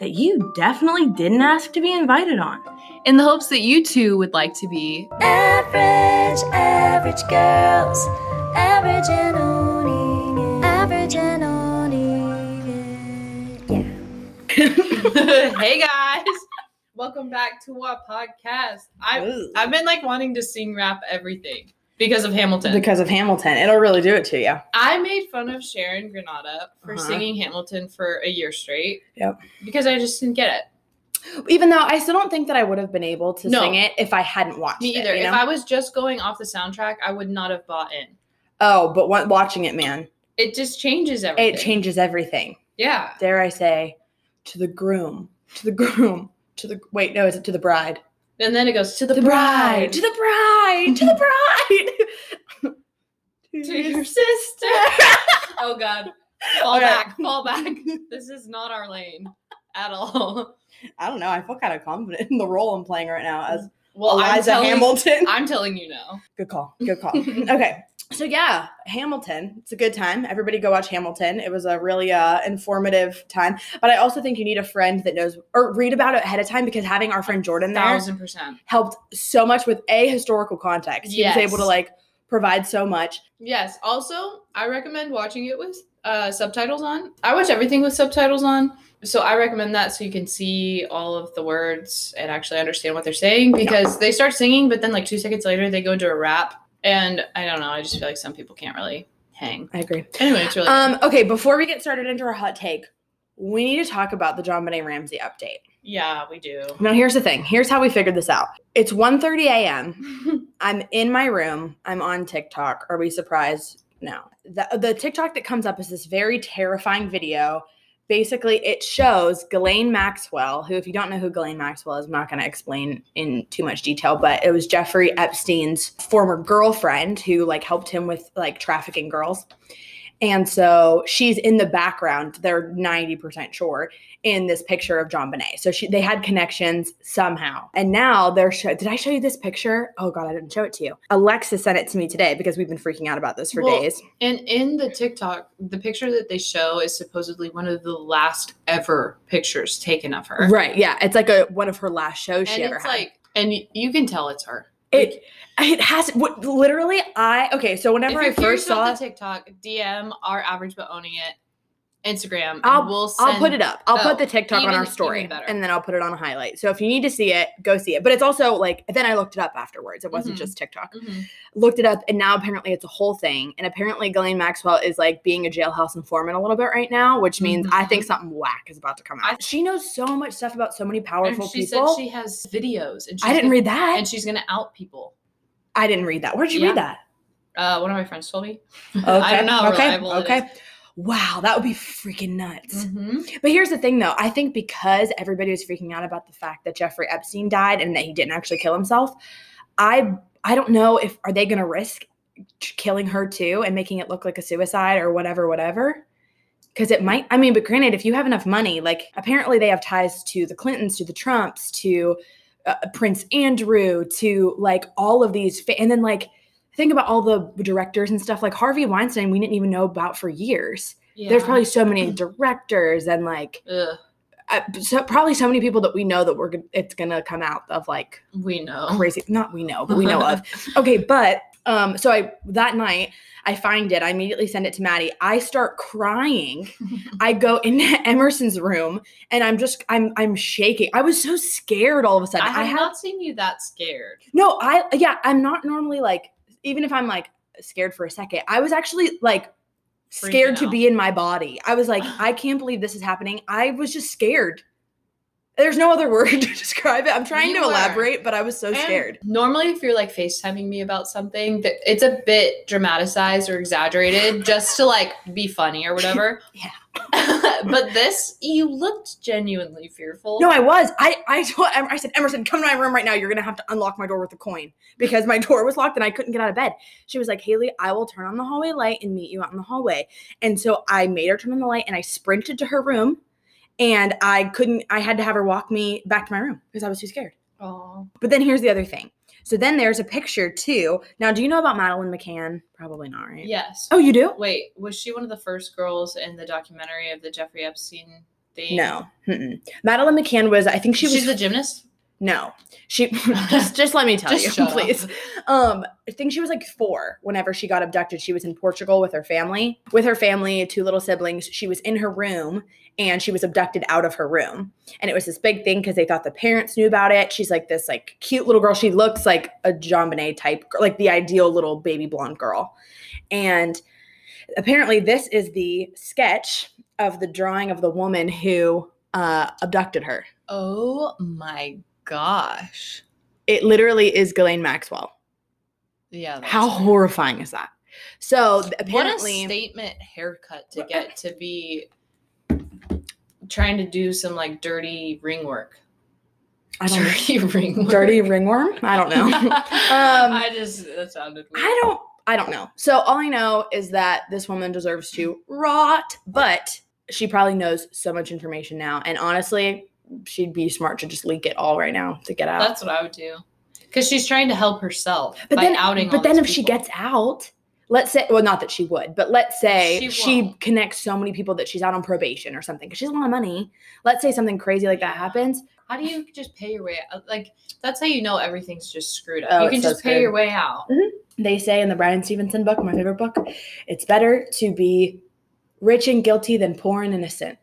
that you definitely didn't ask to be invited on. In the hopes that you too would like to be Average, average girls, average and owning it, average and owning it. Yeah. hey guys, welcome back to our podcast. I've I've been like wanting to sing rap everything because of Hamilton. of Hamilton, it'll really do it to you. I made fun of Sharon Granada for Uh-huh. singing Hamilton for a year straight. Yep. Because I just didn't get it. Even though I still don't think that I would have been able to No. sing it if I hadn't watched Me it, either. you know? If I was just going off the soundtrack, I would not have bought in. oh, but wa- watching it, man, It just changes everything. it changes everything. Yeah. dare I say, to the groom, to the groom, to the wait, no, is it to the bride? And then it goes to the, to the bride, to the bride, To your sister. oh God. Fall Okay. back. Fall back. this is not our lane at all. I don't know. I feel kind of confident in the role I'm playing right now as Well, I'm Eliza telling- Hamilton. I'm telling you now. Good call. Good call. okay. So yeah, Hamilton. It's a good time. Everybody go watch Hamilton. It was a really uh, informative time. But I also think you need a friend that knows or read about it ahead of time because having our friend Jordan there Thousand percent. helped so much with a historical context. He Yes. was able to like provide so much. Yes. Also, I recommend watching it with uh, subtitles on. I watch everything with subtitles on. So I recommend that so you can see all of the words and actually understand what they're saying because they start singing, but then like two seconds later they go into a rap. And I don't know. I just feel like some people can't really hang. I agree. Anyway, it's really. Um, okay, before we get started into our hot take, we need to talk about the John Benet Ramsey update. yeah, we do. Now, here's the thing. Here's how we figured this out. It's 1.30 a.m. I'm in my room. I'm on TikTok. Are we surprised? No. The, the TikTok that comes up is this very terrifying video. Basically, it shows Ghislaine Maxwell, who, if you don't know who Ghislaine Maxwell is, I'm not going to explain in too much detail, but it was Jeffrey Epstein's former girlfriend who, like, helped him with, like, trafficking girls. And so she's in the background. They're 90% sure in this picture of John Bonet. So she, they had connections somehow. And now they're show, did I show you this picture? Oh God, I didn't show it to you. Alexa sent it to me today because we've been freaking out about this for Well, days. And in the TikTok, the picture that they show is supposedly one of the last ever pictures taken of her. Right. Yeah. It's like a, one of her last shows And she ever it's had. like, and y- you can tell it's her. it, it has what literally I, okay. So whenever if I you're curious first about saw the TikTok, DM our average but owning it Instagram. and I'll- we'll send, I'll put it up. I'll Oh, put the TikTok on even- our even story better. and then I'll put it on a highlight. So if you need to see it, go see it. But it's also like, then I looked it up afterwards. It wasn't Mhm. just TikTok. Mhm. looked it up and now apparently it's a whole thing and apparently Ghislaine Maxwell is like being a jailhouse informant a little bit right now which means I think something whack is about to come out. Mm-hmm. I- she knows so much stuff about so many And powerful she people. said she has videos, and she's I didn't gonna- read that. And she's gonna out people. I didn't read that. Where did you read that? Uh, one of my friends told me. I Okay. don't know. how okay. reliable it Okay. is. Wow, that would be freaking nuts. Mhm. But here's the thing though, I think because everybody was freaking out about the fact that Jeffrey Epstein died and that he didn't actually kill himself, I I don't know if are they going to risk t- killing her too and making it look like a suicide or whatever whatever. Cuz it might I mean, but granted if you have enough money, like apparently they have ties to the Clintons, to the Trumps, to uh, Prince Andrew, to like all of these fa- and then like think about all the directors and stuff like Harvey Weinstein we didn't even know about for years. There's Yeah. Mm. probably so many directors and like Ugh, uh, so, probably so many people that we know that we're gon- it's gonna come out of like we know. crazy. Not we know, but we know of. Okay, but um, so I that night I find it. I immediately send it to Maddie. I start crying. I go into Emerson's room and I'm just I'm I'm shaking. I was so scared all of a sudden. I have not seen you that scared. No, I yeah, I'm not normally like even if I'm like scared for a second, I was actually like scared Freaking to out. be in my body. I was like, I can't believe this is happening. I was just scared. There's no other word to describe it. I'm trying You to were. elaborate, but I was so And scared. Normally, if you're like FaceTiming me about something, that it's a bit dramatized or exaggerated just to like be funny or whatever. Yeah. but this, you looked genuinely fearful. No, I was. I I told Em- I said Emerson, come to my room right now. You're gonna have to unlock my door with a coin because my door was locked and I couldn't get out of bed. She was like, Haley, I will turn on the hallway light and meet you out in the hallway. And so I made her turn on the light and I sprinted to her room, and I couldn't. I had to have her walk me back to my room because I was too scared. Aw. But then here's the other thing. So then there's a picture too. Now, do you know about Madeline McCann? Probably not, right? Yes. Oh, you do? Wait, was she one of the first girls in the documentary of the Jeffrey Epstein thing? No. Mm-mm. Madeline McCann was. I think she was. She's a gymnast? No, she just just let me tell Just you, shut up. please. Um, I think she was like four whenever she got abducted. She was in Portugal with her family, with her family, two little siblings. She was in her room and she was abducted out of her room, and it was this big thing because they thought the parents knew about it. She's like this like cute little girl. She looks like a John Bonet type, girl, like the ideal little baby blonde girl, and apparently this is the sketch of the drawing of the woman who uh, abducted her. Oh my gosh. It literally is Ghislaine Maxwell. Yeah. that's- How horrifying is that? So th- What a apparently, statement haircut to get to be trying to do some like dirty ring work. I don't know. Dirty ring work. dirty ringworm. I don't know. I just, that sounded weird. I don't. I don't know. So all I know is that this woman deserves to rot, but she probably knows so much information now. And honestly, she'd be smart to just leak it all right now to get out. That's what I would do. Because she's trying to help herself but by then, outing but all then these if she people. gets out, let's say, well, not that she would, but let's say She she, won't. connects so many people that she's out on probation or something because she's a lot of money. Let's say something crazy like that Yeah. happens. How do you just pay your way out? Like, that's how you know everything's just screwed up. Oh, you can it's so just pay your screwed. way out. they say in the Brian Stevenson book, my favorite book, it's better to be rich and guilty than poor and innocent.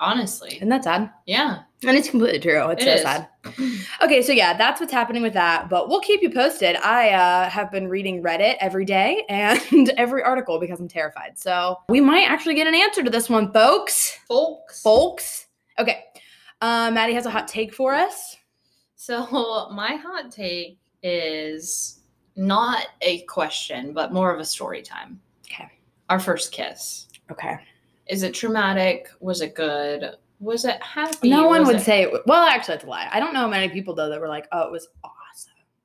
Honestly. And that's sad. Yeah. And it's completely true. It's It so is. sad. Okay, so yeah, that's what's happening with that. But we'll keep you posted. I uh, have been reading Reddit every day and every article because I'm terrified. So we might actually get an answer to this one, folks. Folks. Folks. Okay. Uh, Maddie has a hot take for us. So, my hot take is not a question, but more of a story time. Okay. Our first kiss. Okay. Is it traumatic? Was it good? Was it happy? No one Was would it- say, well, actually, that's a lie. I don't know many people, though, that were like, oh, it was awesome.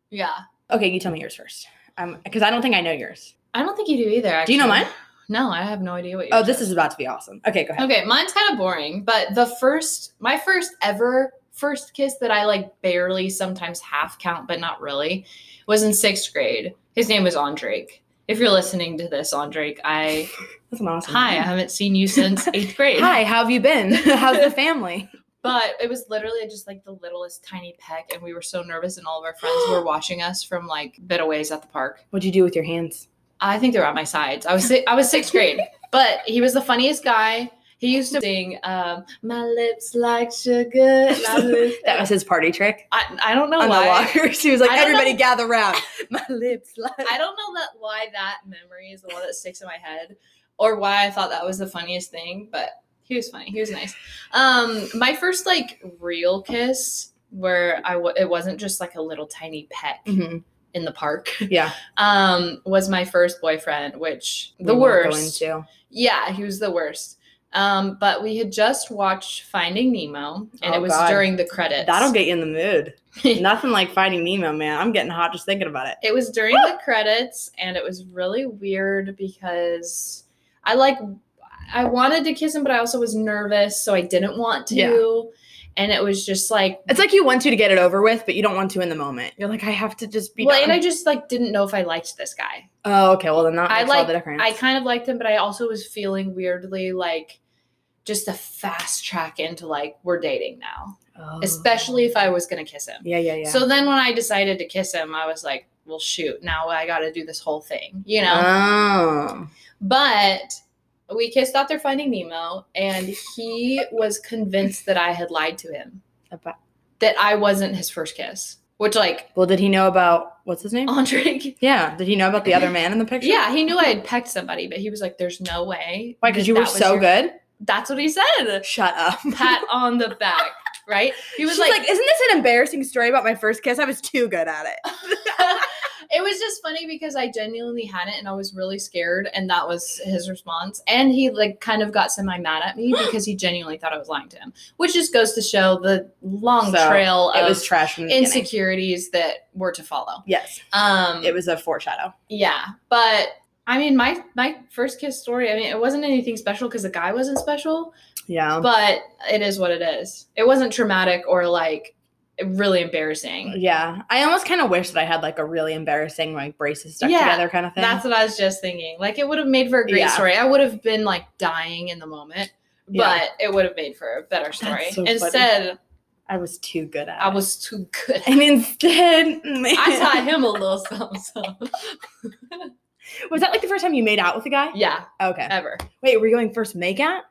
Yeah. Okay, you tell me yours first. Um, because I don't think I know yours. I don't think you do either. Do you know actually. mine? No, I have no idea what you Oh, this is about to be awesome. Okay, go ahead. Okay, mine's kind of boring, but the first, my first ever first kiss that I like barely sometimes half count, but not really, was in sixth grade. His name was Andrake. If you're listening to this, Andrake, I That's an awesome. hi, I name. haven't seen you since eighth grade. Hi, how have you been? How's the family? But it was literally just like the littlest tiny peck, and we were so nervous, and all of our friends were watching us from like a bit of ways at the park. What'd you do with your hands? I think they're on my sides. I was si- I was sixth grade, but he was the funniest guy. He used to sing um, "My lips like sugar." and I was- that was his party trick I, I don't know on the why. locker. She was like, I don't know- "Everybody gather round." My lips like. I don't know that why that memory is the one that sticks in my head, or why I thought that was the funniest thing. But he was funny. He was nice. Um, my first like real kiss, where I w- it wasn't just like a little tiny peck Mhm. in the park. Yeah, Um, was my first boyfriend, which the we won't go worst. into. Yeah, he was the worst. Um, but we had just watched Finding Nemo, and Oh, it was God. during the credits. That'll get you in the mood. Nothing like Finding Nemo, man. I'm getting hot just thinking about it. it was during the credits, and it was really weird because I like I wanted to kiss him, but I also was nervous, so I didn't want to. And it was just like, It's like you want to to get it over with, but you don't want to in the moment. You're like, I have to just be. well, done. and I just like didn't know if I liked this guy. oh, okay. Well, then that I makes all like- the difference. I kind of liked him, but I also was feeling weirdly like just a fast track into like we're dating now, Oh. especially if I was gonna kiss him. Yeah, yeah, yeah. So then when I decided to kiss him, I was like, well, shoot, now I got to do this whole thing, you know? Oh. but we kissed after Finding Nemo, and he was convinced that I had lied to him, About- that I wasn't his first kiss, which, like, well, did he know about what's his name? Andre. yeah. Did he know about the other man in the picture? Oh. Yeah, he knew I had pecked somebody, but he was like, "There's no way." Why? Because that you were that was so your- good. That's what he said. Shut up. Pat on the back right? He He was was like, "Isn't this an embarrassing story about my first kiss? I was too good at it." it was just funny because I genuinely hadn't and I was really scared and that was his response. And he like kind of got semi mad at me because he genuinely thought I was lying to him. Which just goes to show the long So, trail it of was trash from the beginning. insecurities that were to follow. Yes, Um it was a foreshadow. yeah. But I mean my my first kiss story, I mean it wasn't anything special because the guy wasn't special, Yeah, but it is what it is. It wasn't traumatic or like really embarrassing. yeah. I almost kind of wish that I had like a really embarrassing like braces stuck Yeah, together kind of thing. That's what I was just thinking. Like it would have made for a great Yeah. story. I would have been like dying in the moment, but Yeah. it would have made for a better story. That's so funny. Instead, I was too good at. I it. was too good. and instead, man, Um, I taught him a little something. something. was that like the first time you made out with a guy? Yeah, Okay. ever. Wait, were you going first make out?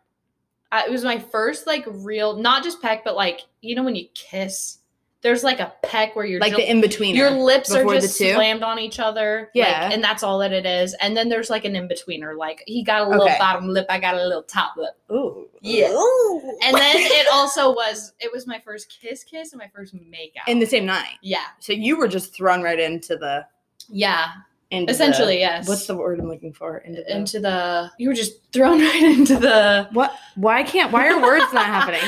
I, it was my first like real, not just peck, but like you know when you kiss, there's like a peck where you're Like the in between. your lips are before the just two? slammed on each other. like, Yeah. and that's all that it is. And then there's like an in betweener. Like he got a little Okay. bottom lip, I got a little top lip. Ooh. Yeah. Ooh. And then it also was it was my first kiss kiss and my first makeout. in the same night. yeah. So you were just thrown right into the Yeah. into the- Essentially, yes. What's the word I'm looking for? Into the, into the you were just thrown right into the what? Why can't? Why are words not happening?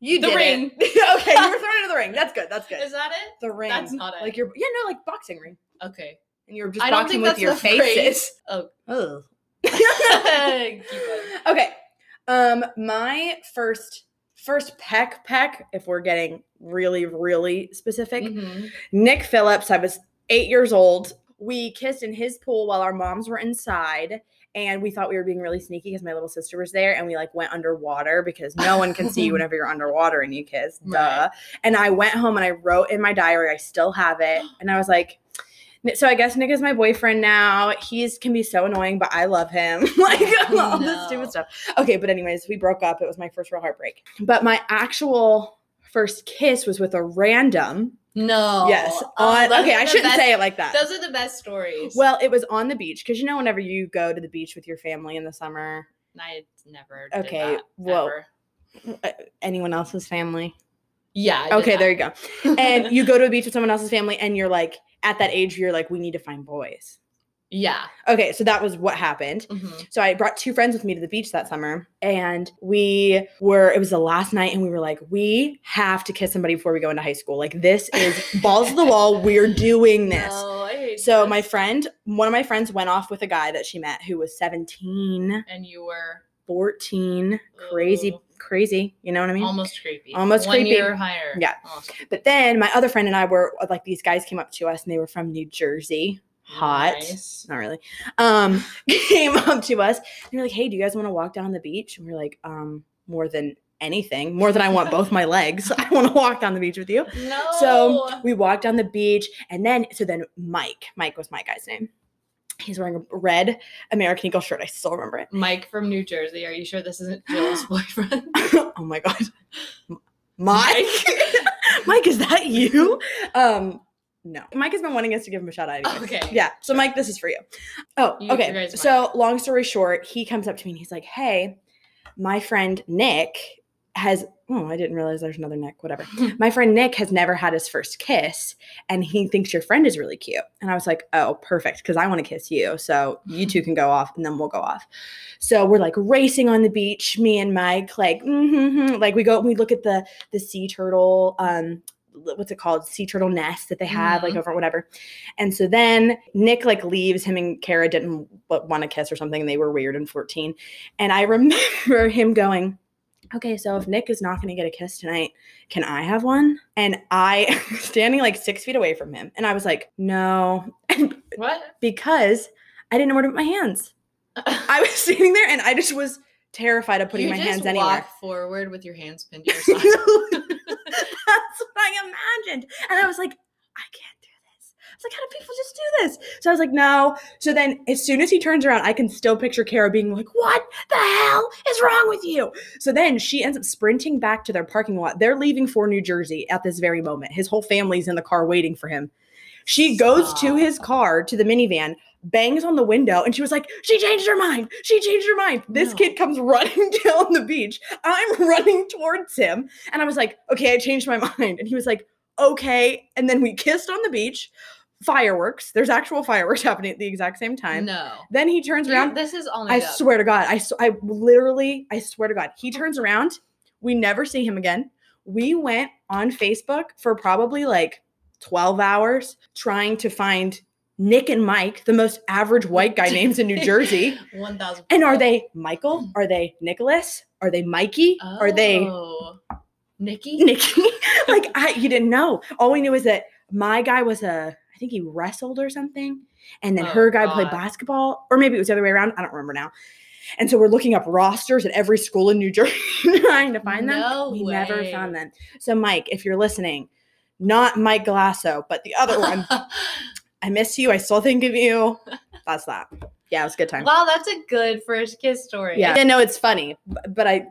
You The did ring. It. okay, you were thrown into the ring. That's good. Is That's good. that it? The ring. that's not it. Like your yeah no like boxing ring, Okay. and you were just I don't think boxing with that's your the faces. phrase. Oh. Oh. Keep going. okay. Um, my first first peck peck. If we're getting really really specific, Mhm. Nick Phillips. I was eight years old. We kissed in his pool while our moms were inside. And we thought we were being really sneaky because my little sister was there, and we like went underwater because no one can see you whenever you're underwater and you kiss, duh. Right. And I went home and I wrote in my diary, I still have it, and I was like, "Ni- "So I guess Nick is my boyfriend now. He's can be so annoying, but I love him. like Oh, all this no. stupid stuff." Okay, but anyways, we broke up. It was my first real heartbreak. But my actual first kiss was with a random. No. Yes. Oh, on- those okay, are I the shouldn't best- say it like that. Those are the best stories. well, it was on the beach because you know, whenever you go to the beach with your family in the summer, I never. Okay, Did that, well, ever. anyone else's family. Yeah. I did Okay, that. there you go. And you go to a beach with someone else's family, and you're like at that age, where you're like, we need to find boys. yeah. Okay, so that was what happened. Mhm. So I brought two friends with me to the beach that summer, and we were, it was the last night, and we were like, we have to kiss somebody before we go into high school. Like, this is balls to the wall. We're doing this. No, I hate So this. my friend, one of my friends went off with a guy that she met who was 17, and you were 14, crazy, Ooh. Um, crazy, you know what I mean? almost creepy. Almost One creepy. year higher. Yeah. Almost But then my other friend and I were like these guys came up to us and they were from New Jersey. Hot. Nice. Not really. Um came up to us and they were like, "Hey, do you guys want to walk down the beach?" And we are like, "Um, more than anything, more than I want both my legs. I want to walk down the beach with you." No. So Oh. we walked down the beach, and then so then Mike, Mike was my guy's name. He's wearing a red American Eagle shirt. I still remember it. Mike from New Jersey, are you sure this isn't Jill's boyfriend? oh my god, M- Mike, Mike, is that you? Um, no, Mike has been wanting us to give him a shout out. Anyway. Okay. Yeah. So Mike, this is for you. Oh, You okay. recognize Mike. So long story short, he comes up to me and he's like, "Hey, my friend Nick has." Oh, I didn't realize there's another Nick. Whatever. my friend Nick has never had his first kiss and he thinks your friend is really cute. And I was like, oh, perfect, because I want to kiss you. So you two can go off and then we'll go off. So we're like racing on the beach, me and Mike, like, mm-hmm, like we go, we look at the the sea turtle, um, l- what's it called? Sea turtle nest that they have, like Mhm. over whatever. And so then Nick like leaves, him and Kara didn't want to kiss or something, and they were weird and 14. And I remember him going, Okay, so if Nick is not going to get a kiss tonight, can I have one? And I standing like six feet away from him. And I was like, no, What? because I didn't know where to put my hands. I was standing there and I just was terrified of putting you my just hands walk anywhere. forward with your hands pinned to your That's side. what I imagined. And I was like, I can't do this. I was like, how do people just do this? So I was like, no. So then as soon as he turns around, I can still picture Kara being like, what the hell is wrong with you? So then she ends up sprinting back to their parking lot. They're leaving for New Jersey at this very moment. His whole family's in the car waiting for him. She goes to Stop. his car, to the minivan, bangs on the window, and she was like, She changed her mind. She changed her mind. This No. kid comes running down the beach. I'm running towards him. And I was like, Okay, I changed my mind. And he was like, Okay. And then we kissed on the beach. Fireworks. There's actual fireworks happening at the exact same time. No. Then he turns You- around. This is all I made up. swear to God, I, s- I literally, I swear to God, he turns around. We never see him again. We went on Facebook for probably like 12 hours trying to find Nick and Mike, the most average white guy names in New Jersey. One thousand. And are they Michael? Are they Nicholas? Are they Mikey? Are they Oh. Nikki? Nikki? like, I, you didn't know. All we knew is that my guy was a, I think he wrestled or something. And then Oh, her guy played God. basketball, or maybe it was the other way around. I don't remember now. And so we're looking up rosters at every school in New Jersey trying to find them. No we never found way. them. So, Mike, if you're listening, not Mike Glasso, but the other one, I miss you. I still think of you. That's that. Yeah, it was a good time. wow, that's a good first kiss story. Yeah. yeah, no, it's funny, b- but I,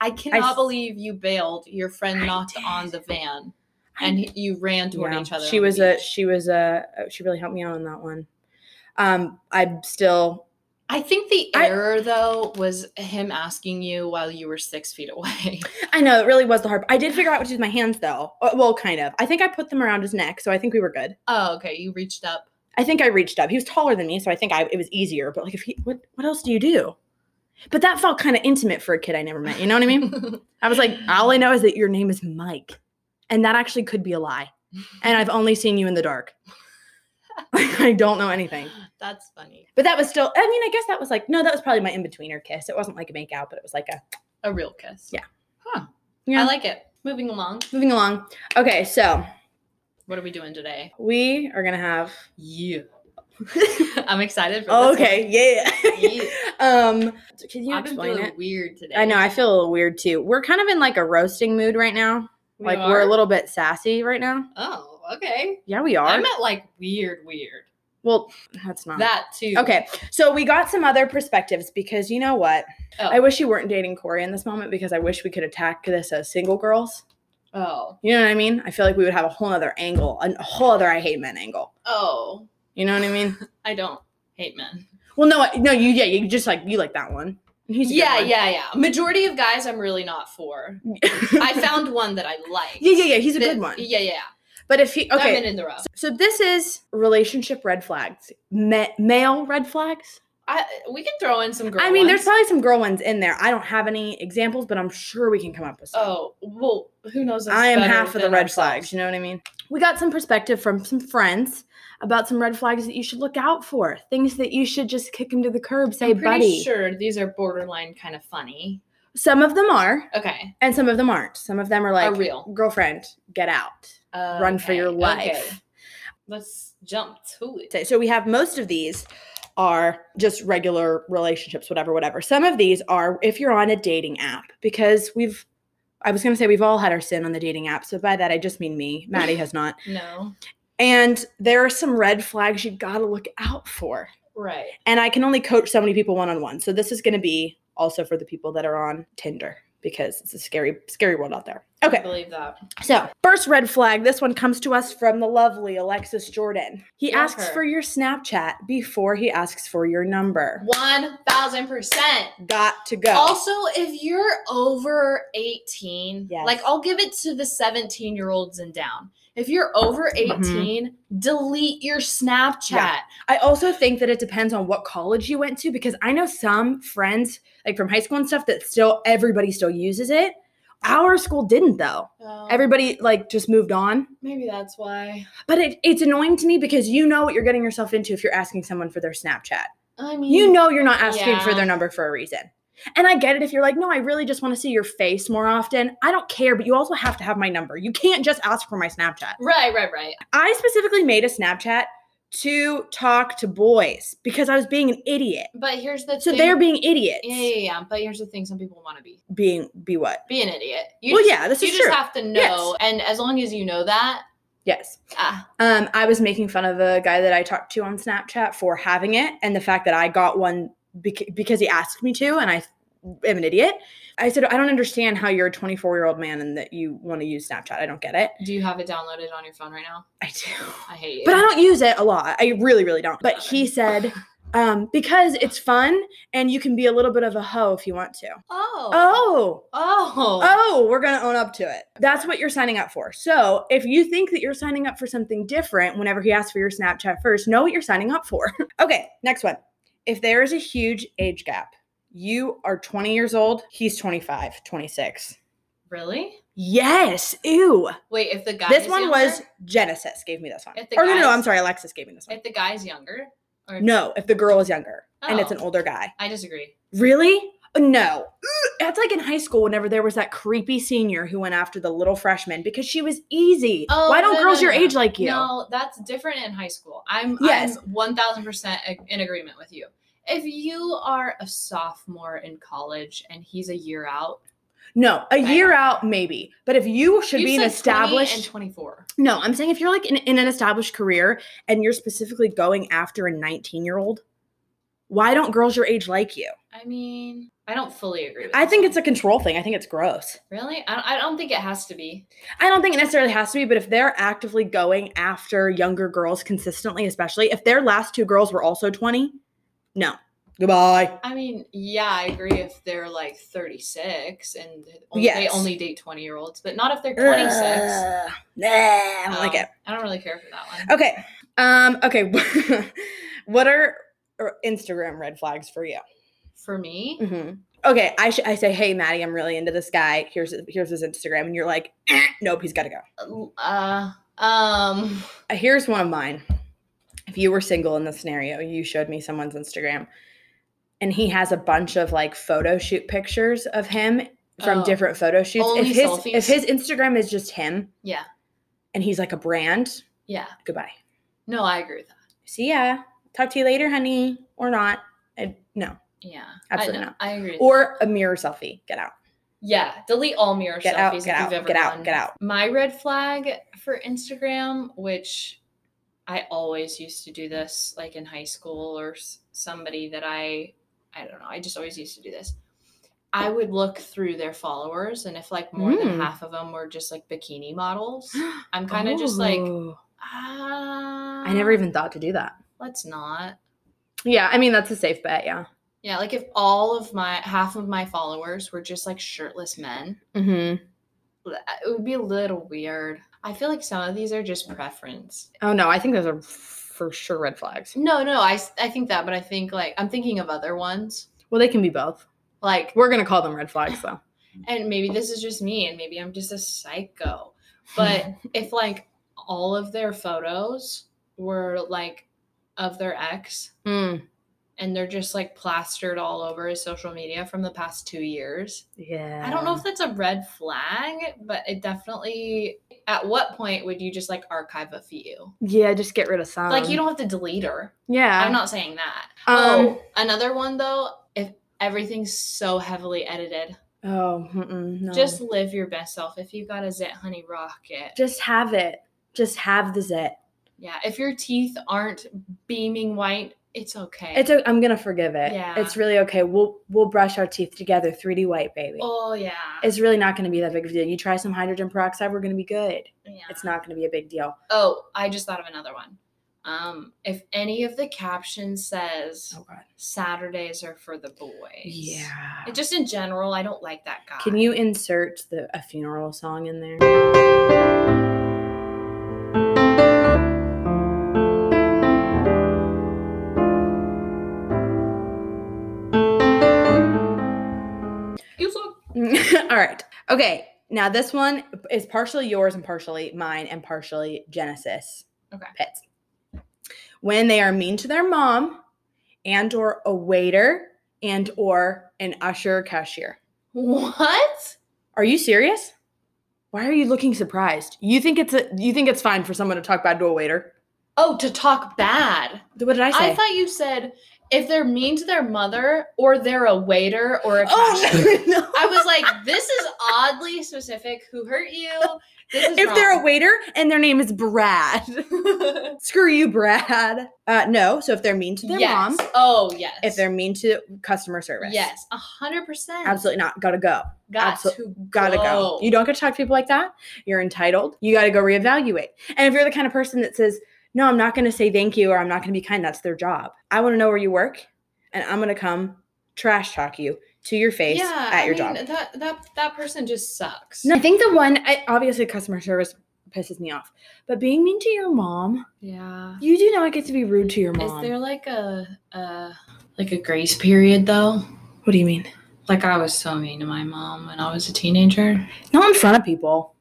I cannot s- believe you bailed. Your friend I knocked did. on the van I and he- you ran toward Yeah, each other. She on the was a beach. she was a uh, she really helped me out on that one. Um, I'm still I think the I- error though was him asking you while you were six feet away. I know it really was the hard. I did figure out what to do with my hands though. Uh, Well, kind of. I think I put them around his neck, so I think we were good. oh, okay. You reached up. I think I reached up. He was taller than me, so I think I it was easier. But like, if he what what else do you do? But that felt kind of intimate for a kid I never met. You know what I mean? I was like, all I know is that your name is Mike, and that actually could be a lie. And I've only seen you in the dark. I don't know anything. That's funny. But that was still, I mean, I guess that was like, no, that was probably my in betweener kiss. It wasn't like a make out, but it was like a, A real kiss. Yeah. Huh. yeah. I like it. Moving along. moving along. Okay, so What are we doing today? we are going to have, You. I'm excited for this. okay, yeah. One. um, can you I've been explain feeling it? weird today. I know, I feel a little weird too. We're kind of in like a roasting mood right now. We like, we're are? a little bit sassy right now. Oh, okay. Yeah, we are. I meant like weird, weird. well, that's not. That too. Okay, so we got some other perspectives because you know what? Oh. I wish you weren't dating Corey in this moment because I wish we could attack this as single girls. Oh. You know what I mean? I feel like we would have a whole other angle, a whole other I hate men angle. Oh. You know what I mean? I don't hate men. Well, no, I- no, you yeah, you just like you like that one. He's a good Yeah, one. yeah, yeah. Majority of guys I'm really not for. I found one that I like. yeah, yeah, yeah. He's a That- good one. Yeah, yeah. But if he Okay. okay, I've in the rough. so this is relationship red flags, Ma- male red flags. I we can throw in some girl. I mean, there's ones. probably some girl ones in there. I don't have any examples, but I'm sure we can come up with some. Oh, well, who knows? us I am better half of the than red ourselves. flags. You know what I mean? We got some perspective from some friends about some red flags that you should look out for, things that you should just kick them to the curb. Say, I'm pretty buddy. sure these are borderline kind of funny. Some of them are, Okay. and some of them aren't. Some of them are Are like, real. girlfriend, get out, Uh, run for your okay, okay. life. Let's jump to it. So- So we have most of these are just regular relationships, whatever, whatever. Some of these are if you're on a dating app, because we've, I was going to say we've all had our sin on the dating app. So by that, I just mean me. Maddie has not. No. And there are some red flags you got to look out for. Right. And I can only coach so many people one on one. So this is going to be also for the people that are on Tinder because it's a scary, scary world out there. I Okay. believe that. So, first red flag, this one comes to us from the lovely Alexis Jordan. He Love asks her. for your Snapchat before he asks for your number. One thousand percent. Got to go. Also, if you're over 18, Yes. like I'll give it to the 17 year olds and down. If you're over 18, Mm-hmm. delete your Snapchat. Yeah. I also think that it depends on what college you went to because I know some friends, like from high school and stuff, that still everybody still uses it. Our school didn't though. Oh, Everybody like just moved on. maybe that's why. But it, it's annoying to me because you know what you're getting yourself into if you're asking someone for their Snapchat. I mean, You know you're not asking for Yeah. their number for a reason. And I get it if you're like, no, I really just want to see your face more often. I don't care, but you also have to have my number. You can't just ask for my Snapchat. right, right, right. I specifically made a Snapchat to talk to boys because I was being an idiot. But here's the So thing. they're being idiots. yeah, yeah, yeah. But here's the thing: some people want to be Being be what? be an idiot. You well, just, yeah, this you is just true. have to know, and as long as you know that, yes. ah, Um, I was making fun of a guy that I talked to on Snapchat for having it and the fact that I got one bec- because he asked me to, and I am an idiot. I said, I don't understand how you're a 24 year old man and that you want to use Snapchat. I don't get it. Do you have it downloaded on your phone right now? I do. I hate you. But I don't use it a lot. I really, really don't. But he said, um, because it's fun and you can be a little bit of a hoe if you want to. Oh. Oh, Oh. oh, we're going to own up to it. That's what you're signing up for. So if you think that you're signing up for something different whenever he asks for your Snapchat first, know what you're signing up for. okay, next one. If there is a huge age gap, you are 20 years old, he's 25, 26. Really? Yes. Ew. Wait, if the guy this is one younger, was Genesis gave me this one. If the Or no, no, guys- I'm sorry, Alexis gave me this one. if the guy's younger. Or if- No, if the girl is younger and it's Oh. an older guy. I disagree. Really? Uh, No. Ugh, That's like in high school whenever there was that creepy senior who went after the little freshman because she was easy. Oh, Why don't no, no, girls your no. age like you? No, that's different in high school. I'm Yes. I'm one thousand percent in agreement with you. If you are a sophomore in college and he's a year out, No, I a year know. out maybe. But if you should you be an said 20 established and twenty four. No, I'm saying if you're like in, in an established career and you're specifically going after a 19-year-old, why don't girls your age like you? I mean, I don't fully agree. With I this think one. it's a control thing. I think it's gross. really. I don't, I don't think it has to be. I don't think it necessarily has to be, but if they're actively going after younger girls consistently, especially if their last two girls were also 20, no. Goodbye. I mean, yeah, I agree if they're like thirty six and only, they Yes. only date twenty year olds, but not if they're twenty six. Ugh. Nah, I don't like it. I don't really care for that one. Okay. Um, okay. what are or Instagram red flags for you? For me, Mhm. Okay, I sh- I say, hey Maddie, I'm really into this guy. Here's here's his Instagram, and you're like, "Eh, nope, he's got to go. uh, um, Uh, Here's one of mine. If you were single in this scenario, you showed me someone's Instagram and he has a bunch of like photo shoot pictures of him from Oh. different photo shoots. Only if his selfies? if his Instagram is just him yeah, and he's like a brand, yeah. goodbye. No, I agree with that. See ya. Talk to you later, honey, or not. I, no. Yeah, Absolutely I, know. not. I agree. Or Or a mirror selfie. Get out. yeah, delete all mirror Get selfies out. if Get out. you've ever Get out. done. Get out. My red flag for Instagram, which I always used to do this, like in high school or s- somebody that I, I don't know, I just always used to do this. I would look through their followers, and if like more Mm. than half of them were just like bikini models, I'm kind of just like, Ooh. ah, Oh. I never even thought to do that. Let's not. Yeah, I mean that's a safe bet, yeah. Yeah, like if all of my half of my followers were just like shirtless men, Mm-hmm. l- it would be a little weird. I feel like some of these are just preference. Oh no, I think those are for sure red flags. No, no, I, s- I think that, but I think like I'm thinking of other ones. Well, they can be both. Like, We're gonna call them red flags though. and maybe this is just me and maybe I'm just a psycho. But if like all of their photos were like of their ex Mm, and they're just like plastered all over his social media from the past two years, yeah. I don't know if that's a red flag, but it definitely, at what point would you just like archive a few? yeah, just get rid of some. like, you don't have to delete her. Yeah. I'm not saying that. Um, oh, another one though, if everything's so heavily edited, oh. mm-mm, no. just live your best self. If you got a Zit Honey Rocket, just have it. Just have the zit. yeah, if your teeth aren't beaming white, it's okay. It's. O- I'm gonna forgive it. Yeah. It's really okay. We'll we'll brush our teeth together. 3D white, baby. oh, yeah. It's really not gonna be that big of a deal. You try some hydrogen peroxide, we're gonna be good. yeah. It's not gonna be a big deal. Oh, I just thought of another one. Um, if any of the caption says Oh god. Saturdays are for the boys. Yeah. It- just in general, I don't like that guy. Can you insert the a funeral song in there? You suck. All right. Okay. Now this one is partially yours and partially mine and partially Genesis. Okay. Pets. When they are mean to their mom and or a waiter and or an usher cashier. What? Are you serious? Why are you looking surprised? You think it's a you think it's fine for someone to talk bad to a waiter? Oh, to talk bad. What did I say? I thought you said if they're mean to their mother or they're a waiter or a cashier. Oh no, no. I was like, this is oddly specific. Who hurt you? This is if they're a wrong. waiter and their name is Brad, screw you, Brad. Uh, no, so if they're mean to their yes. mom, Oh yes. if they're mean to customer service, yes, a hundred percent. absolutely not. Gotta go. Got absolute- to Gotta go. You don't get to talk to people like that. You're entitled. You gotta go reevaluate. And if you're the kind of person that says, "No, I'm not gonna say thank you" or "I'm not gonna be kind," that's their job. I want to know where you work, and I'm gonna come trash talk you to your face yeah, at I your mean, job. That that that person just sucks. No, I think the one I, obviously customer service pisses me off, but being mean to your mom, Yeah. you do not get to be rude to your Is mom. there like a uh like a grace period though? what do you mean? Like I was so mean to my mom when I was a teenager. Not in front of people.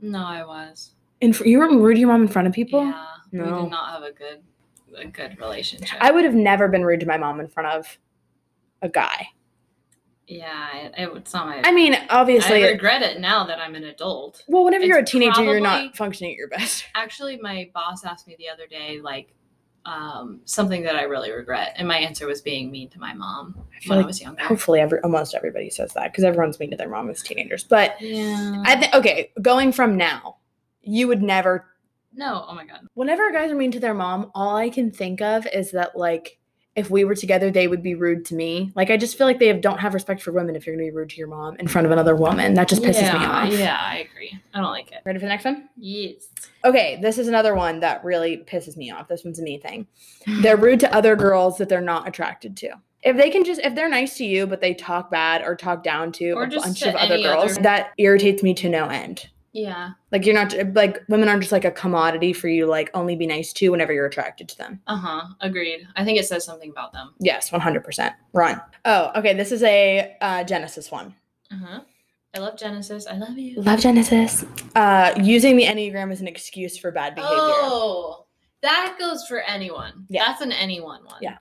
No, I was. In fr- you were rude to your mom in front of people. Yeah. We No. did not have a good a good relationship. I would have never been rude to my mom in front of a guy. yeah, it, it, it's not my I mean, obviously, I regret it now that I'm an adult. well, whenever you're a it's teenager, you're not probably- functioning at your best. Actually, my boss asked me the other day like um, something that I really regret, and my answer was being mean to my mom feel when like- I was younger. Hopefully, every almost everybody says that because everyone's mean to their mom as teenagers. But Yeah. I think okay, going from now, you would never no. Oh my god. whenever guys are mean to their mom, all I can think of is that like if we were together, they would be rude to me. Like I just feel like they have, don't have respect for women if you're gonna be rude to your mom in front of another woman. That just pisses yeah, me off. Yeah, I agree. I don't like it. Ready for the next one? Yes. Okay, this is another one that really pisses me off. This one's a me thing. They're rude to other girls that they're not attracted to. If they can just if they're nice to you but they talk bad or talk down to Or a just bunch to of other any girls, other- that irritates me to no end. Yeah. Like you're not like women aren't just like a commodity for you to like only be nice to whenever you're attracted to them. Uh huh. Agreed. I think it says something about them. Yes, 100%. Run. Oh, okay. This is a uh, Genesis one. Uh huh. I love Genesis. I love you. Love Genesis. Uh, using the Enneagram as an excuse for bad behavior. Oh, that goes for anyone. Yeah. That's an anyone one. Yeah.